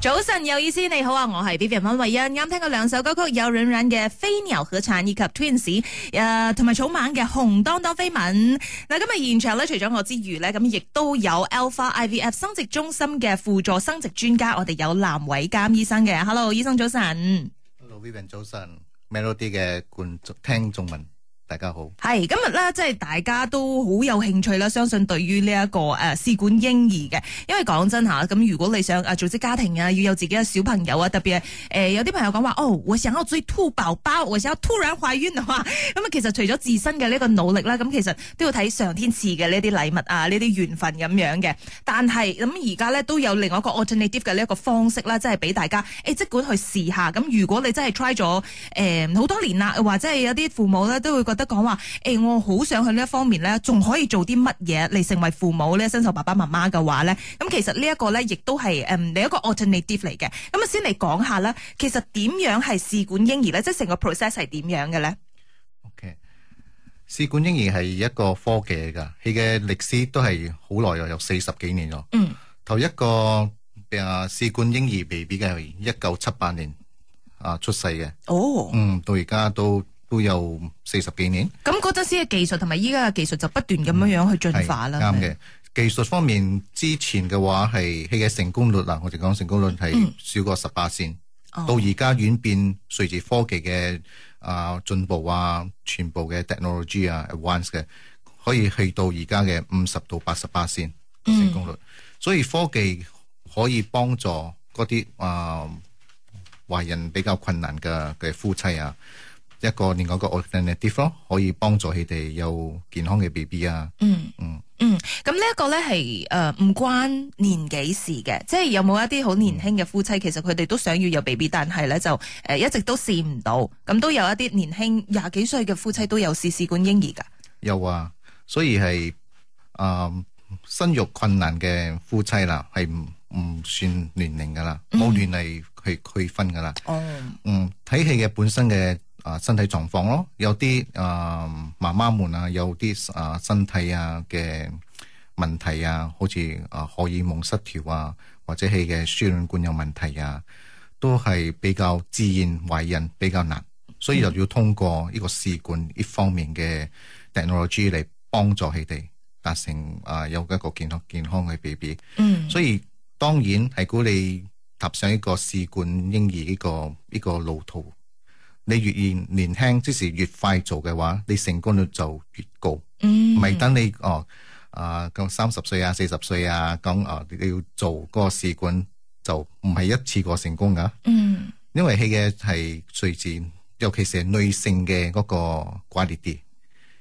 早晨有意思，你好啊，我係 B B 溫慧欣，啱聽過兩首歌曲，有軟軟嘅《飛鳥和產》以及 Twins，誒同埋草蜢嘅《紅當當飛吻》。嗱，今日現場咧，除咗我之餘咧，咁亦都有 Alpha IVF 生殖中心嘅輔助生殖專家，我哋有藍偉監醫生嘅。Hello，醫生早晨。 Hello，Vivian 早晨，Melody 嘅觀眾聽眾們，大家好。係今日咧，即係大家都好有興趣啦。相信對於呢一個誒試管嬰兒嘅，因為講真吓，咁如果你想啊組織家庭啊，要有自己嘅小朋友啊，特別係誒有啲朋友講話哦，我想要追兔寶寶，我想要突然懷孕嘅話，咁啊其實除咗自身嘅呢個努力啦，咁其實都要睇上天賜嘅呢啲禮物啊，呢啲緣分咁樣嘅。但係咁而家咧都有另外一個 alternative 嘅呢一個方式啦，即係俾大家誒即管去試下。咁如果你真係 try 咗誒好多年啦，或者係有啲父母咧都會覺得講話誒，我好想去呢一方面咧，仲可以做啲乜嘢嚟成為父母咧，新手爸爸媽媽嘅話咧，咁其實呢一個咧亦都係誒你一個 alternative 嚟嘅。咁啊先嚟講下啦，其實點樣係試管嬰兒咧，即係成個 process 係點樣嘅咧？ OK，試管嬰兒係一個科技嚟㗎，佢嘅歷史都係好耐啊，有四十幾年咗。嗯，頭一個啊試管嬰兒 BB 嘅係一九七八年啊出世嘅，哦，嗯，到而家都都有四十幾年。咁嗰陣時嘅技術同埋依家嘅技術就不斷咁樣樣去進化啦。係啱嘅。技術方面，之前嘅話係佢嘅成功率嗱，我哋講成功率係少過十八線，嗯哦到而家演變隨住科技嘅啊進步啊，全部嘅 technology 啊 advance 嘅，可以去到而家嘅五十到八十八線嗯成功率。所以科技可以幫助嗰啲啊懷孕比較困難嘅嘅夫妻啊。一個另外一個 alternative 咯，可以幫助佢哋有健康嘅 B B 啊，嗯嗯嗯，咁呢一個咧係誒唔關年紀事嘅，即係有冇一啲好年輕嘅夫妻，其實佢哋都想要有 B B，但係咧就誒、呃一直都試唔到，咁都有一啲年輕廿幾歲嘅夫妻都有試試管嬰兒噶。又啊，所以係啊、生育困難嘅夫妻啦，係唔唔算年齡噶啦，冇年齡去區分噶啦。哦，嗯，睇佢嘅本身嘅啊、身體狀況咯，有啲啊媽媽們啊，有啲啊、身體啊嘅問題啊，好似啊、荷爾蒙失調啊，或者佢嘅輸卵管有問題啊，都係比較自然懷孕比較難，所以就要通過呢個試管呢方面嘅 technology 嚟幫助佢哋達成啊、有一個健康健康嘅 B B。嗯，所以當然係鼓你踏上一個試管嬰兒呢、個呢、個路途。你越年年輕，即是越快做嘅話，你成功率就越高。嗯，唔係等你哦啊咁三十歲啊、四十歲啊，講啊你要做嗰個試管就唔係一次過成功㗎，嗯因為佢嘅係隨住，尤其是女性嘅嗰個 quality，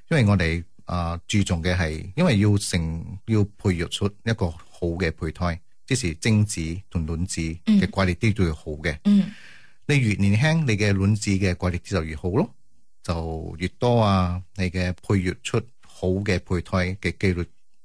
因為我哋啊、注重嘅係，因為要成要培育出一個好嘅胚胎，即是精子同卵子嘅 quality 都要好嘅。嗯你越年輕，你嘅卵子嘅貴力就越好咯，就越多啊！你嘅配育出好嘅胚胎嘅機率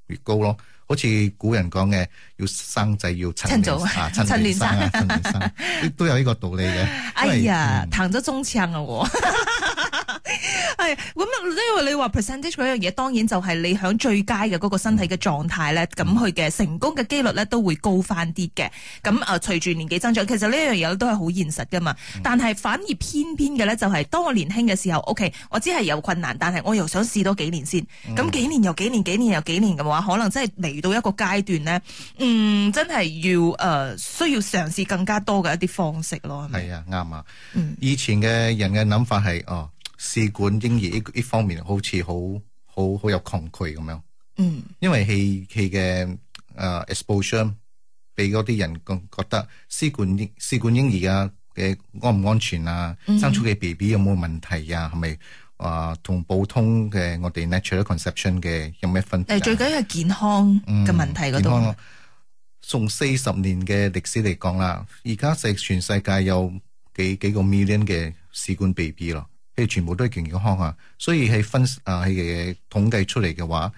越高咯。好似古人講嘅，要生仔要趁趁早年啊，趁趁年年生啊，趁年生， 都有呢個道理嘅。因哎為呀，彈咗中槍啊我。 係咁啊，因為你話 percentage 嗰樣嘢，當然就係你響最佳嘅嗰個身體嘅狀態咧，咁佢嘅成功嘅機率咧都會高翻啲嘅。咁啊，隨住年紀增長，其實呢樣嘢都係好現實噶嘛。但係反而偏偏嘅咧，就係當我年輕嘅時候，OK，我只係有困難，但係我又想試多幾年先。咁幾年又幾年，幾年又幾年嘅話，可能真係嚟到一個階段咧，嗯，真係要誒、呃需要嘗試更加多嘅一啲方式咯。係咪係啊，啱啊。嗯以前嘅人嘅諗法係哦，試管嬰兒呢呢方面好似好好好有抗拒咁樣。嗯。因為佢佢嘅誒 exposure 俾嗰啲人覺覺得試管嬰試管嬰兒啊嘅安唔安全啊，嗯生出嘅 B B 有冇問題啊，係咪啊同普通嘅我哋 natural conception 嘅有咩分別、啊？誒，最緊要係健康嘅問題嗰嗯健康度咯。從四十年嘅歷史嚟講啦，而家世全世界有幾幾個 million 嘅試管 BB 咯，佢哋全部都係健健康康啊。所以係分啊係嘅統計出嚟嘅話，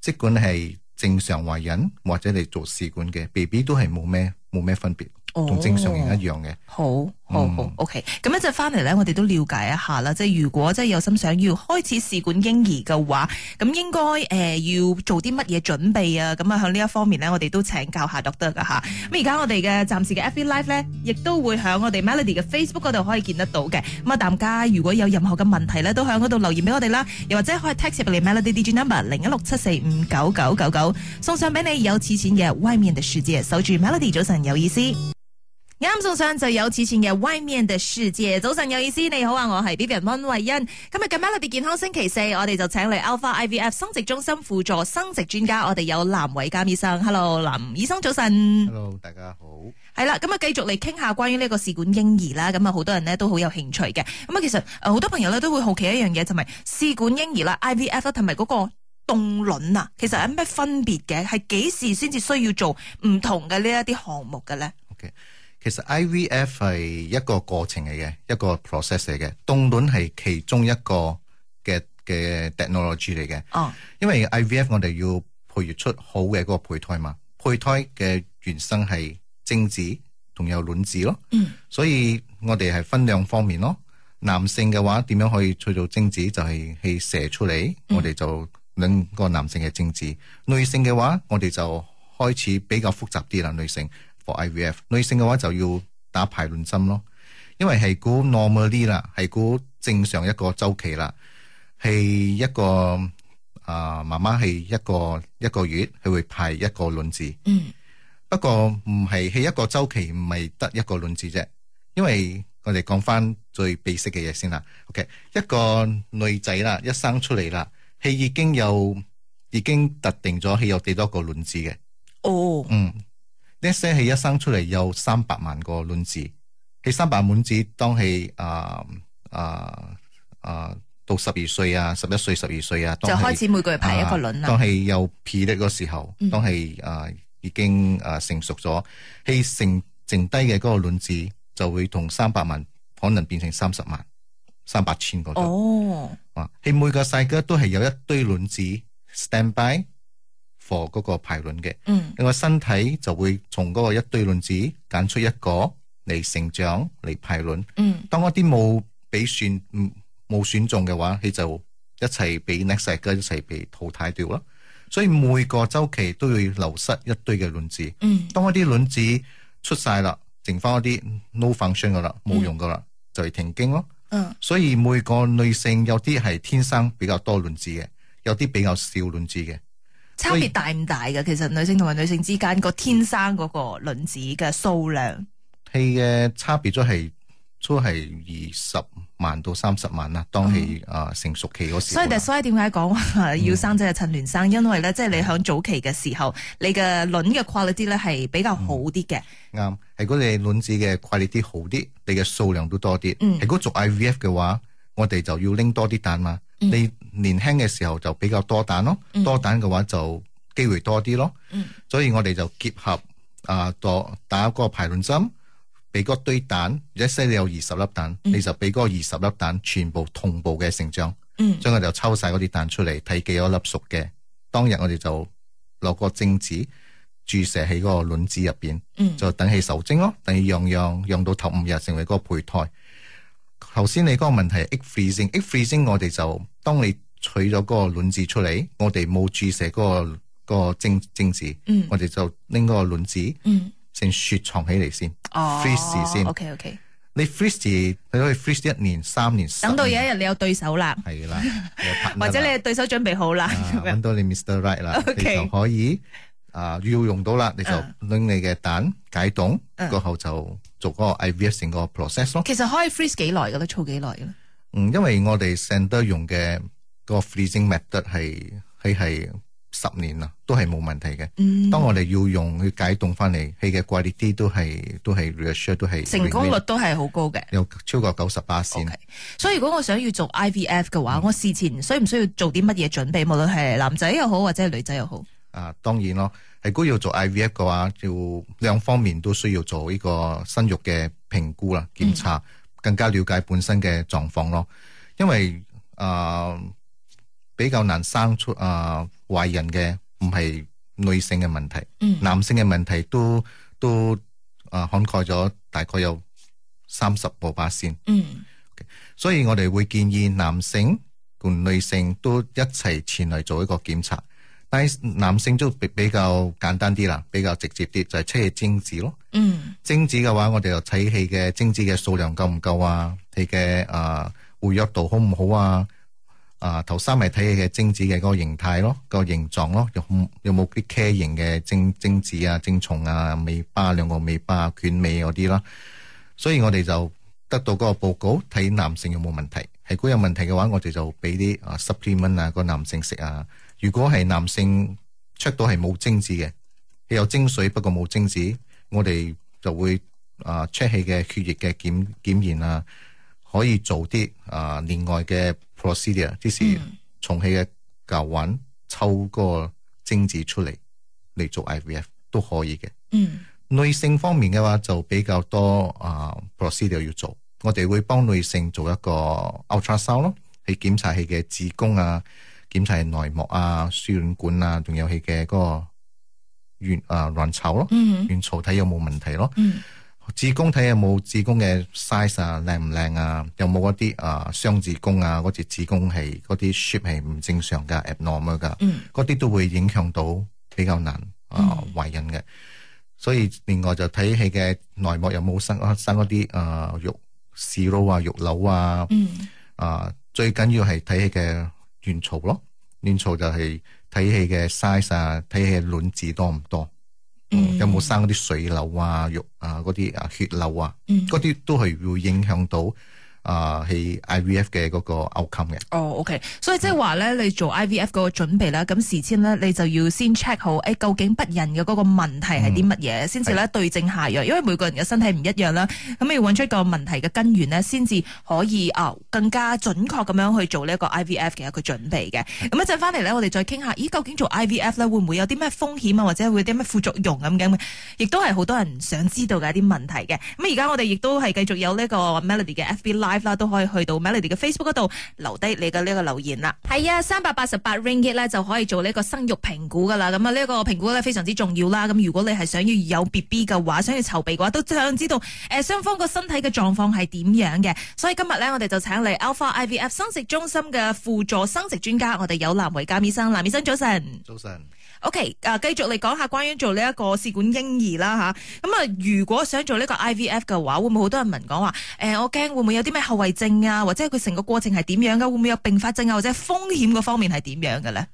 即管係正常懷孕或者你做試管嘅 BB 都係冇咩冇咩分別，哦同正常人一樣嘅。好好好，OK。咁一陣翻嚟咧，我哋都了解一下啦。即係如果即係有心想要開始試管嬰兒嘅話，咁應該誒、呃要做啲乜嘢準備啊？咁啊，向呢一方面咧，我哋都請教下 doctor 噶嚇。咁而家我哋嘅暫時嘅 FB Live 咧，亦都會喺我哋 Melody 嘅 Facebook 嗰度可以見得到嘅。咁啊，大家如果有任何嘅問題咧，都喺嗰度留言俾我哋啦，又或者可以 text 入嚟 Melody D G number 零一六七四五九九九九，送上俾你有錢錢嘅外面嘅世界，啊守住 Melody 早晨有意思。啱送上就有此前嘅 Y 面嘅世姐，早晨有意思，你好啊，我係 B B 人温慧欣。今日嘅 Melody 健康星期四，我哋就請嚟 Alpha I V F 生殖中心輔助生殖專家，我哋有藍偉監醫生。Hello，藍醫生早晨。 Hello，大家好。係啦，咁啊繼續嚟傾下關於呢個試管嬰兒啦，咁啊好多人呢都好有興趣嘅。咁啊其實呃好多朋友咧都會好奇一樣嘢，就係試管嬰兒啦、I V F 啦，同埋嗰個凍卵啊，其實有咩分別嘅？係幾時先至需要做唔同嘅呢一啲項目嘅咧？ OK，其實 IVF 係一個過程嚟嘅，一個 process 嚟嘅，凍卵係其中一個嘅嘅 technology 嚟嘅。哦，因為 IVF 我哋要培育出好嘅嗰個胚胎嘛，胚胎嘅原生係精子同有卵子咯。嗯，所以我哋係分兩方面咯。男性嘅話點樣可以去到精子就係去射出嚟，我哋就兩個男性嘅精子。女性嘅話，我哋就開始比較複雜啲啦。女性 for IVF，女性嘅話就要打排卵針咯，因為係估 normally 啦，係估正常一個周期啦，係一個啊媽媽係一個一個月佢會排一個卵子。嗯。不過唔係喺一個周期唔係得一個卵子啫，因為我哋講翻最 basic 嘅嘢先啦。OK，一個女仔啦，一生出嚟啦，佢已經有已經特定咗佢有幾多個卵子嘅。哦，嗯，呢些係一生出嚟有三百萬個卵子，喺三百萬卵子當係啊啊啊到十二歲啊、十一歲、十二歲啊，就當係開始每個月排一個卵啊啦。當係有 P 力嗰時候，嗯當係啊已經啊成熟咗，係剩剩低嘅嗰個卵子就會同三百萬可能變成三十萬、三百千嗰度。哦，啊，係每個細哥都係有一堆卵子 stand by for 嗰個排卵嘅，嗯，你個身體就會從嗰個一堆卵子揀出一個嚟成長嚟排卵。嗯，當一啲冇俾選唔冇選中嘅話，佢就一齊俾 next 世一齊被淘汰掉啦。所以每個周期都會流失一堆嘅卵子。嗯，當一啲卵子出晒啦，剩翻一啲 no function 噶啦，冇用噶啦，就係停經咯。嗯，所以每個女性有啲係天生比較多卵子嘅，有啲比較少卵子嘅。差別大唔大嘅？其實女性同埋女性之間個天生嗰個卵子嘅數量，係嘅差別咗係都係二十萬到三十萬啦。當係啊、嗯成熟期嗰所時候啦，以就所以點解講話要生仔係趁亂生？因為咧，即係你響早期嘅時候，你嘅卵嘅 quality 咧係比較好啲嘅。啱，係嗰你卵子嘅 quality 好啲，你嘅數量都多啲。嗯係如果做 IVF 嘅話，我哋就要拎多啲蛋嘛。嗯你年輕嘅時候就比較多蛋咯，嗯多蛋嘅話就機會多啲咯。嗯所以我哋就結合啊，打打個排卵針，俾嗰堆蛋，一些你有二十粒蛋，嗯你就俾嗰二十粒蛋全部同步嘅成長。嗯將佢就抽晒嗰啲蛋出嚟，睇幾多粒熟嘅。當日我哋就落個精子注射喺嗰個卵子入邊，嗯就等佢受精咯，等佢養養養到頭五日成為嗰個胚胎。頭先你嗰個問題係 egg freezing，egg freezing 我哋就當你取咗嗰個卵子出嚟，我哋冇注射嗰、個、個精精子，嗯我哋就拎嗰個卵子嗯，先雪藏起嚟先。哦嗯 freeze 先 OK OK，你 freeze 時你可以 freeze 一年、三年、等到十有年一日你有對手啦，係啦，有 partner 或者啦你嘅對手準備好啦，啊咁樣揾到你 Mr. Right 啦，你 OK 就可以啊要用到啦，你就嗯拎你嘅蛋解凍，嗯過後就做嗰個 IVF 成個 process 咯。其實可以 freeze 幾耐嘅咧，儲幾耐嘅咧？嗯，因為我哋 sender 用嘅個 freezing method 係係係十年啦，都係冇問題嘅。嗯當我哋要用去解凍翻嚟，佢嘅 quality 都係都係 reassure 都係成功 win-win，率都係好高嘅。有超過九十八線 OK。所以如果我想要做 IVF 嘅話，我事前需唔需要做啲乜嘢準備？無論係男仔又好，或者係女仔又好。啊，當然咯，係如果要做 IVF 嘅話，要兩方面都需要做呢個生育嘅評估啦、檢查，更加了解本身嘅狀況咯。因為啊、比較難生出啊、懷孕嘅唔係女性嘅問題，嗯男性嘅問題都都啊、涵蓋咗大概有三十步把線。嗯所以我哋會建議男性同女性都一齊前嚟做一個檢查。但係男性都比比較簡單啲啦，比較直接啲，就係、測精子咯。嗯精子嘅話，我哋又睇佢嘅精子嘅數量夠唔夠啊，佢嘅啊活躍度好唔好啊？啊，頭三咪睇佢嘅精子嘅嗰個形態咯，個形狀咯，有冇有冇啲畸形嘅精精子啊、精蟲啊、尾巴兩個尾巴、捲尾嗰啲啦。所以我哋就得到嗰個報告，睇男性有冇問題。係如果有問題嘅話，我哋就俾啲啊 supplement 啊個男性食啊。如果係男性 check 到係冇精子嘅，佢有精水不過冇精子，我哋就會啊 check 佢嘅血液嘅檢檢驗啊，可以做啲啊另外嘅 procedure，即是嗯從佢嘅睾丸抽個精子出嚟嚟做 IVF 都可以嘅。嗯女性方面嘅話就比較多啊、procedure 要做，我哋會幫女性做一個 ultrasound 咯，去檢查佢嘅子宮啊，檢查佢內膜啊、輸卵管啊，仲有佢嘅嗰個卵啊卵巢咯，嗯卵巢睇有冇問題咯。嗯子宮睇有冇子宮嘅 size 啊，靚唔靚啊？有冇嗰啲啊雙子宮啊？嗰隻子宮係嗰啲 shape 係唔正常噶，abnormal 噶。嗯嗰啲都會影響到比較難啊嗯懷孕嘅。所以另外就睇佢嘅內膜有冇生生嗰啲啊肉糞瘤啊、肉瘤啊，嗯啊最緊要係睇佢嘅卵巢咯。卵巢就係睇佢嘅 size 啊，睇佢嘅卵子多唔多，啊嗯有冇生嗰啲水瘤啊、肉啊嗰啲啊血瘤啊，嗯嗰啲都係會影響到啊喺 IVF 嘅嗰個 outcome 嘅。哦，OK，所以即係話咧，你做 IVF 嗰個準備啦，咁事先咧，你就要先 check 好，誒究竟不孕嘅嗰個問題係啲乜嘢，先至咧對症下藥，因為每個人嘅身體唔一樣啦，咁你要揾出個問題嘅根源咧，先至可以啊更加準確咁樣去做呢一個 IVF 嘅一個準備嘅。咁一陣翻嚟咧，我哋再傾下，咦究竟做 IVF 咧會唔會有啲咩風險啊，或者會有啲咩副作用啊咁嘅，亦都係好多人想知道嘅一啲問題嘅。咁而家我哋亦都係繼續有呢個 Melody 嘅 FB Live 啦，都可以去到 Melody 嘅 Facebook 嗰度。留低你嘅呢個留言啦。係啊，三百八十八 ringgit 咧就可以做呢個生育評估噶啦。咁啊，呢個評估咧非常之重要啦。咁如果你係想要有 B B 嘅話，想要籌備嘅話，都想知道誒雙方個身體嘅狀況係點樣嘅。所以今日咧，我哋就請嚟 Alpha I V F 生殖中心嘅輔助生殖專家，我哋有藍維鑑醫生，藍醫生早晨。早晨。 OK，啊，繼續嚟講下關於做呢一個試管嬰兒啦吓，咁啊，如果想做呢個 IVF 嘅話，會唔會好多人問講話？誒、我驚會唔會有啲咩後遺症啊，或者佢成個過程係點樣噶？會唔會有併發症啊，或者風險嗰方面係點樣嘅咧？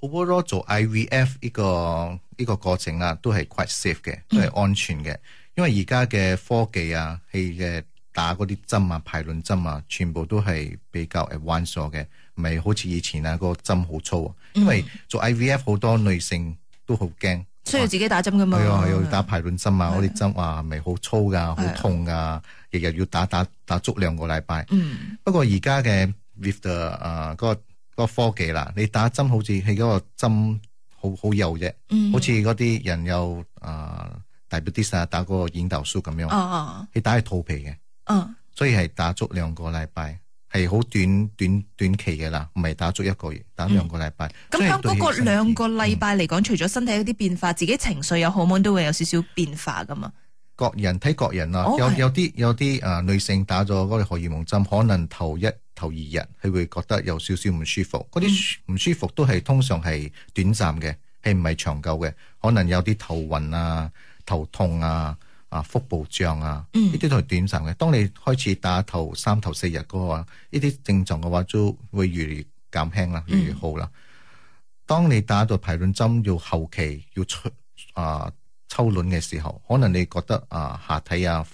overall 做 IVF 呢、個呢、個過程啊，都係 quite safe 嘅，嗯都係安全嘅。因為而家嘅科技啊，係嘅打嗰啲針啊、排卵針啊，全部都係比較 advanced 咗嘅，唔係好似以前啊、個針好粗啊。嗯因為做 IVF 好多女性都好驚，需要自己打針噶嘛？係啊，又要打排卵針啊，哦係嗰啲針啊，係咪好粗噶，好係啊痛噶，日日要打打打足兩個禮拜。嗯不過而家嘅 with the 啊、嗰個嗰個科技啦，你打針好似係嗰個針好好幼啫，嗯，好似嗰啲人有啊 diabetes 啊打嗰個胰島素咁樣，哦哦你打係肚皮嘅，哦，所以係打足兩個禮拜，係好短短短期嘅啦，唔係打足一個月，打兩個禮拜。嗯咁所以喺對嗰個佢身體嗯兩個禮拜嚟講，除咗身體有啲變化，自己情緒有荷爾蒙都會有少少變化噶嘛？各人睇各人啊，哦有係有啲有啲啊、女性打咗嗰個荷爾蒙針，可能頭一頭二日佢會覺得有少少唔舒服，嗯嗰啲唔舒服都係通常係短暫嘅，係唔係長久嘅？可能有啲頭暈啊、頭痛啊、啊腹部脹啊，嗯呢啲都係短暫嘅。當你開始打頭三頭四日嗰、個啊，呢啲症狀嘅話都會越嚟越減輕啦，嗯越嚟越好啦。當你打到排卵針要後期要出啊、抽卵嘅時候，可能你覺得啊、下體啊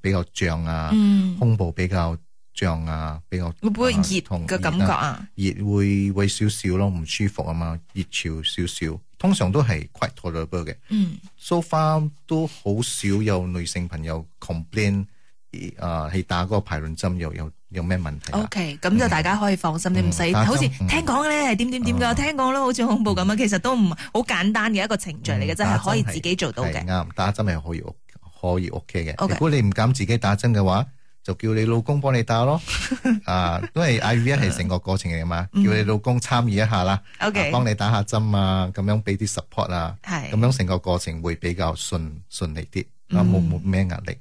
比較脹啊，嗯，胸部比較脹啊，比較會唔會熱啊痛嘅感覺熱啊啊？熱會會少少咯，唔舒服啊嘛，熱潮少少，通常都係 quite tolerable 嘅。嗯 so far 都好少有女性朋友 complain 啊、係打嗰個排卵針有有有咩問題啊？ OK，咁就大家可以放心，你唔使嗯打針好似嗯聽講咧係點點點㗎，啊聽講咯好似恐怖咁啊，其實都唔好簡單嘅一個程序嚟嘅，真係可以自己做到嘅嗯係。啱，打針係可以 O- 可以 OK 嘅。 OK 如果你唔敢自己打針嘅話，就叫你老公幫你打 咯。啊，因為 IVF 係成個過程嚟嘛，叫你老公參與一下啦，啊嗯 OK，幫你打下針啊，咁樣俾啲 support 啊，咁係樣成個過程會比較順順利啲，啊嗯冇冇咩壓力。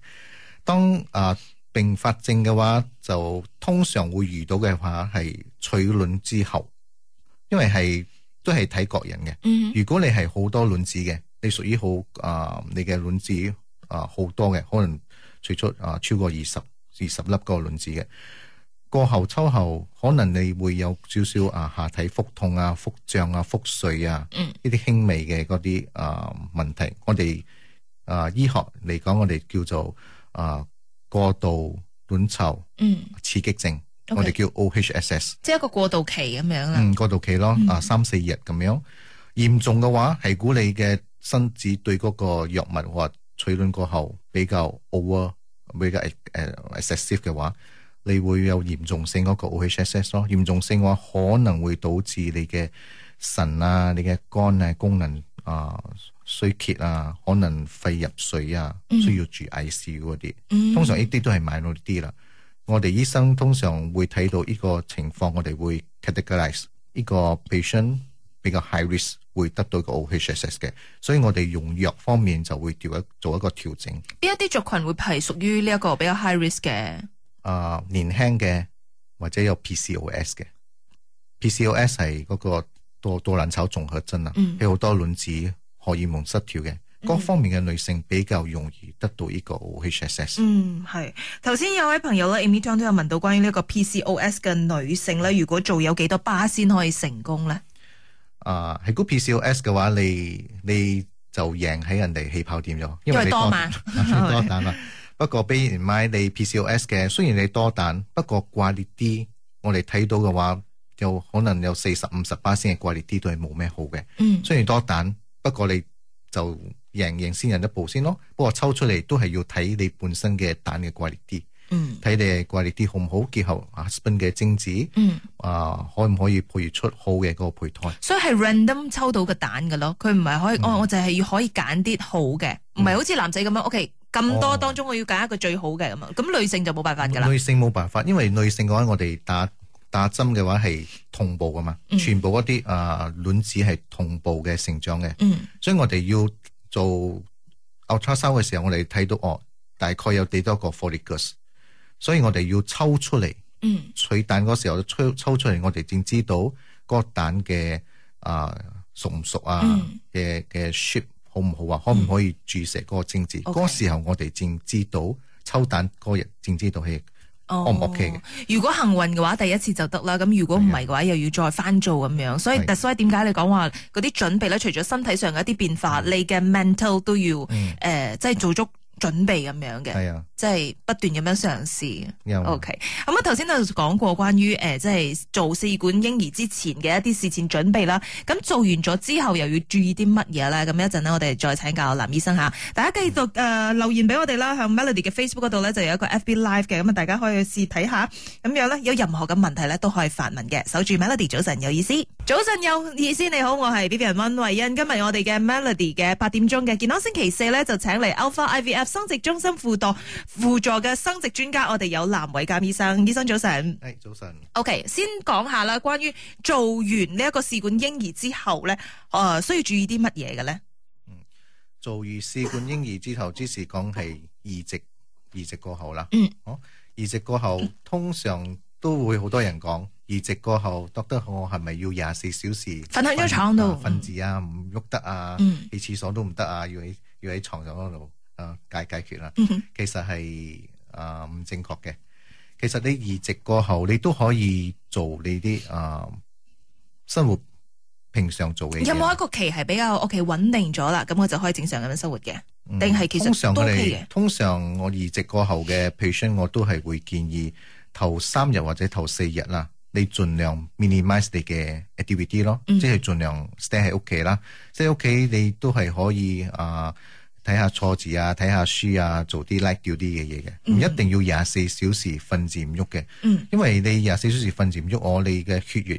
當啊、并發症嘅話，就通常會遇到嘅話係取卵之後，因為係都係睇各人嘅。嗯如果你係好多卵子嘅，你屬於好啊、你嘅卵子啊好、多嘅，可能最出啊、超過二十二十粒個卵子嘅。過後抽後，可能你會有少少啊下體腹痛啊、腹脹啊、腹水啊，嗯呢啲輕微嘅嗰啲啊問題，我哋啊、醫學嚟講，我哋叫做啊、過度卵巢嗯，刺激症 OK 我哋叫 OHSS。即係一個過渡期咁樣啦。嗯，過渡期咯，啊三四日咁樣。嚴重嘅話，係估你嘅身子對嗰個藥物或取卵過後比較 over，比較誒呃 excessive 嘅話，你會有嚴重性嗰個 OHSS 咯。嚴重性嘅話，可能會導致你嘅腎啊、你嘅肝啊功能啊衰竭啊，可能肺入水啊，需要住 ICU 嗰啲。嗯通常呢啲都係 minor 啲啦。我哋醫生通常會睇到呢個情況，我哋會 categorize 呢個 patient 比較 high risk 會得到個 OHSS 嘅，所以我哋用藥方面就會調一做一個調整。邊一啲族群會係屬於呢一個比較 high risk 嘅？啊、年輕嘅或者有 PCOS 嘅，PCOS 係嗰個多多卵巢綜合症啊，嗯有好多卵子荷爾蒙失調嘅，各方面嘅女性比較容易得到呢個 OHSS。嗯，係。頭先有位朋友咧，Amy Chong 都有問到關於呢一個 PCOS 嘅女性咧，如果做有幾多巴先可以成功咧？啊，係估 PCOS 嘅話，你你就贏喺人哋起跑點咗，因因為為你多多嘛 多蛋啦。不過比然買你 PCOS 嘅，雖然你多蛋，不過掛裂啲，我哋睇到嘅話，有可能有四十五十巴仙嘅掛裂啲都係冇咩好嘅。嗯雖然多蛋，不過你就贏贏先人一步先咯。不過抽出嚟都係要睇你本身嘅蛋嘅掛裂啲，嗯睇你嘅掛裂啲好唔好，結合啊 husband 嘅精子嗯，啊，可唔可以培育出好嘅嗰個胚胎？所以係 random 抽到嘅蛋嘅咯，佢唔係可以，嗯哦，我就係要可以揀啲好嘅，唔係好似男仔咁樣，OK，咁多哦當中我要揀一個最好嘅咁啊，咁女性就冇辦法㗎啦。女性冇辦法，因為女性嘅話，我哋打打針嘅話係同步噶嘛，嗯全部嗰啲啊卵子係同步嘅成長嘅，嗯所以我哋要做 ultrasound 嘅時候，我哋睇到哦，大概有幾多個 follicles，所以我哋要抽出嚟嗯取蛋嗰時候，抽抽出嚟，我哋正知道個蛋嘅啊熟唔熟啊嗯嘅嘅 shape 好唔好啊，可唔可以注射嗰個精子？嗰嗯 OK 個時候我哋正知道抽蛋嗰日正知道係。哦 O 唔 OK 嘅如果幸運嘅話，第一次就得啦。咁如果唔係嘅話，又要再翻做咁樣。所以，係但所以點解你講話嗰啲準備咧？除咗身體上嘅一啲變化，你嘅 mental 都要嗯誒，即係做足準備咁樣嘅，系啊，即係不斷咁樣嘗試。有 O K，咁啊，頭先就講過關於誒，即係做試管嬰兒之前嘅一啲事前準備啦。咁做完咗之後，又要注意啲乜嘢咧？咁一陣呢，我哋再請教藍醫生嚇。大家繼續誒、呃留言俾我哋啦，向 Melody 嘅 Facebook 嗰度咧就有一個 FB Live 嘅，咁啊大家可以去試睇下。咁樣咧，有任何嘅問題咧都可以發問嘅。守住 Melody，早晨有意思，早晨有意思，你好，我係 B B 人温慧欣。今日我哋嘅 Melody 嘅八點鐘嘅健康星期四咧，就請嚟 Alpha IVF 生殖中心輔導輔助嘅生殖專家，我哋有藍偉鑑醫生，醫生早晨。诶，早晨， OK，先講下啦，關於做完呢一個試管嬰兒之後咧，誒、需要注意啲乜嘢嘅咧？做完試管嬰兒之後，之時講係移植，移植過後啦。嗯，哦，移植過後通常都會好多人講，移植過後覺得我係咪要廿四小時瞓喺張床度啊瞓字啊，唔喐得啊，嗯去廁所都唔得啊，要喺要喺床上嗰度啊解解決啦。嗯哼其實係啊唔正確嘅。其實你移植過後，你都可以做你啲啊生活平常做嘅嘢。啊有冇一個期係比較 OK 穩定咗啦？咁我就可以正常咁樣生活嘅？嗯定係其實通常都我 OK 哋嘅通常我移植過後嘅 patient，我都係會建議頭三日或者頭四日啦，你盡量 minimize 你嘅 activity 咯，嗯即係盡量 stay 喺屋企啦。即係屋企你都係可以啊睇下錯字啊，睇下書啊，做啲 like 掉啲嘅嘢嘅，唔嗯一定要廿四小時瞓字唔喐嘅。嗯因為你廿四小時瞓住唔喐，我你嘅血液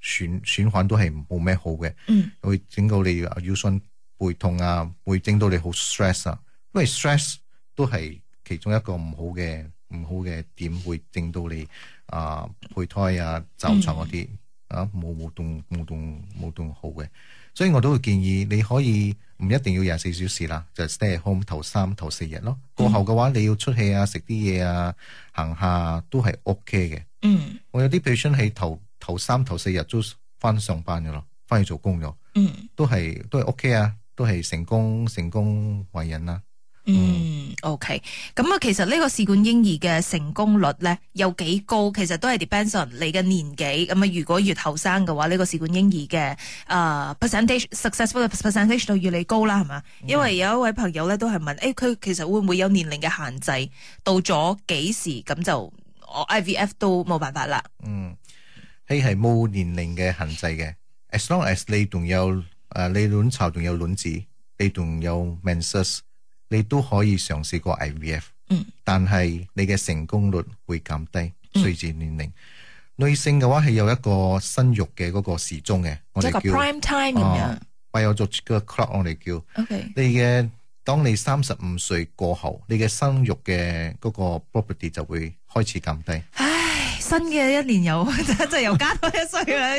循循環都係冇咩好嘅，嗯會整到你腰酸背痛啊，會整到你好 stress 啊。因為 stress 都係其中一個唔好嘅唔好嘅點，會整到你啊胚胎啊、早產嗰啲啊冇冇動冇動冇動好嘅。所以我都會建議你可以唔一定要廿四小時啦，就 stay at home 頭三頭四日咯。過後嘅話，你要出去啊、食啲嘢啊、行下都係 OK 嘅。嗯我有啲 patient 係頭頭三頭四日都翻上班嘅咯，翻去做工咗，嗯都係都係 OK 啊，都係成功成功為人啦。嗯，OK。咁啊，其實呢個試管嬰兒嘅成功率咧有幾高？其實都係 depends on 你嘅年紀。咁啊，如果越後生嘅話，呢、個試管嬰兒嘅誒 percentage successful 嘅 percentage 就越嚟越高啦，係嘛？嗯因為有一位朋友咧都係問，誒、佢其實會唔會有年齡嘅限制？到咗幾時咁就哦我 IVF 都冇辦法啦。嗯，佢係冇年齡嘅限制嘅，as long as 你仲有誒、呃你卵巢仲有卵子，你仲有 menses，你都可以嘗試過 IVF。嗯，但係你嘅成功率會減低，嗯隨住年齡。女性嘅話係有一個生育嘅嗰個時鐘嘅，我即係哋個叫 prime time 咁樣哦。biological clock，我哋叫。 OK，你嘅當你三十五歲過後，你嘅生育嘅嗰個 property 就會開始減低。唉，新嘅一年又 真係又加多一歲啦。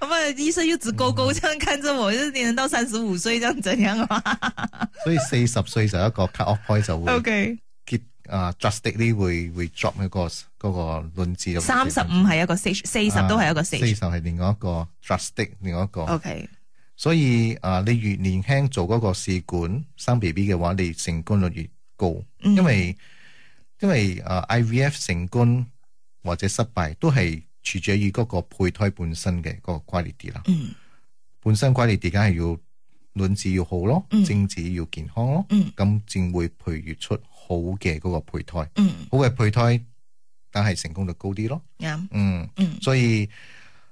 咁啊，醫生又直勾嗯勾這樣看着我，就是你能到三十五歲這樣怎樣啊所以四十歲就一個 cut off point 就會？OK，結啊 drastically 會會 drop 嗰個嗰個論治就三十五係一個 stage，四十都係一個啊四十 stage。係另外一個 drastic 另外一個。 OK，所以啊，你越年輕做嗰個試管生 B B 嘅話，你成功率越高，嗯因為因為啊 I V F 成功或者失敗都係取決於嗰個胚胎本身嘅嗰個 quality 啦。嗯本身 quality 梗係要卵子要好咯嗯，精子要健康咯，嗯咁先會培育出好嘅嗰個胚胎。嗯，好嘅胚胎，但係成功率高啲咯。啱，嗯，嗯所以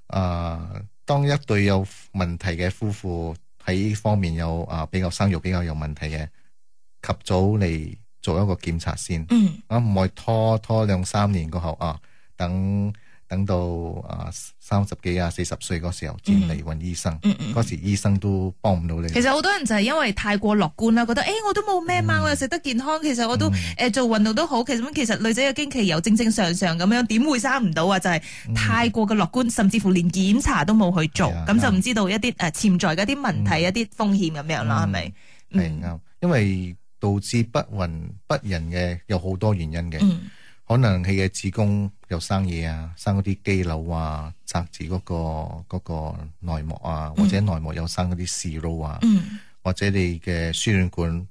啊、呃，当一對有問題嘅夫婦喺呢方面有啊、比較生育比較有問題嘅，及早嚟做一個檢查先，嗯啊唔係拖拖兩三年過後啊，等等到啊三十幾啊四十歲嗰時候先嚟揾醫生，嗯嗯。嗰、時醫生都幫唔到你。其實好多人就係因為太過樂觀啦，覺得誒、欸我都冇咩嗯嘛，我又食得健康，其實我都誒、呃做運動都好。其實咁其實女仔嘅經期又正正常常咁樣，點會生唔到啊？就係、太過嘅樂觀，甚至乎連檢查都冇去做，嗯係啊咁、就唔知道一啲誒潛在嘅一啲問題、一啲風險咁樣啦，係嗯咪？係啱，因為導致不孕不孕嘅有好多原因嘅。嗯可能佢嘅子宮有生嘢啊，生嗰啲肌瘤啊，摘住嗰個嗰、個內膜啊，或者內膜有生嗰啲息肉啊，嗯或者你嘅輸卵管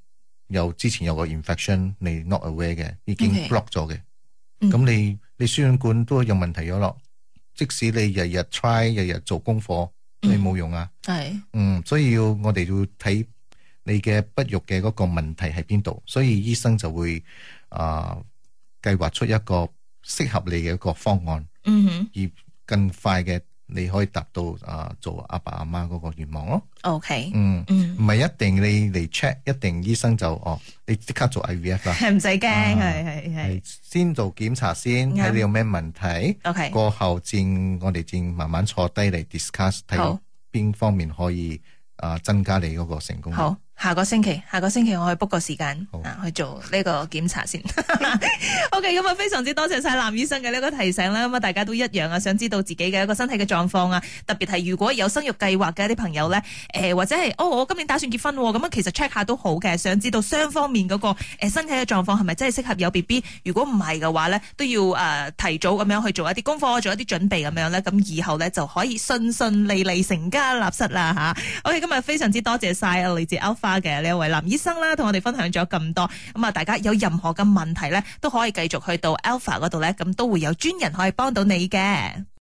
有之前有個 infection，你 not aware 嘅，已經 Okay block 咗嘅。咁、嗯你你輸卵管都有問題咗咯，即使你日日 try，日日做功課，都係冇用啊。嗯係嗯，所以要我哋要睇你嘅不育嘅嗰個問題喺邊度，所以醫生就會啊計劃出一個適合你嘅一個方案，嗯哼而更快嘅你可以達到啊、做阿爸阿媽嗰個願望咯。 ，OK，嗯，嗯唔係一定你嚟 check，一定醫生就哦，你即刻做 IVF 啦，係 唔使驚，啊係係係係先做檢查先，啱睇你有咩問題， ，OK，過後先我哋先慢慢坐低嚟 discuss 睇好邊方面可以啊、增加你嗰個成功率。好，下個星期，下個星期我去 book 個時間好啊，去做呢個檢查先。OK，咁啊，非常之多謝晒藍醫生嘅呢個提醒啦。咁啊，大家都一樣啊，想知道自己嘅一個身體嘅狀況啊，特別係如果有生育計劃嘅一啲朋友咧，誒、或者係哦，我今年打算結婚喎，咁啊，其實 check 下都好嘅，想知道雙方面嗰、個、呃、身體嘅狀況係咪真係適合有 B B？如果唔係嘅話咧，都要誒、呃提早咁樣去做一啲功課，做一啲準備咁樣咧，咁以後咧就可以順順利利成家立室啦嚇。OK，今日非常之多謝晒啊，嚟自 Alpha 嘅呢一位林醫生啦，同我哋分享咗咁多。咁啊，大家有任何嘅問題咧，都可以繼續去到 Alpha 嗰度咧，咁都會有專人可以幫到你嘅。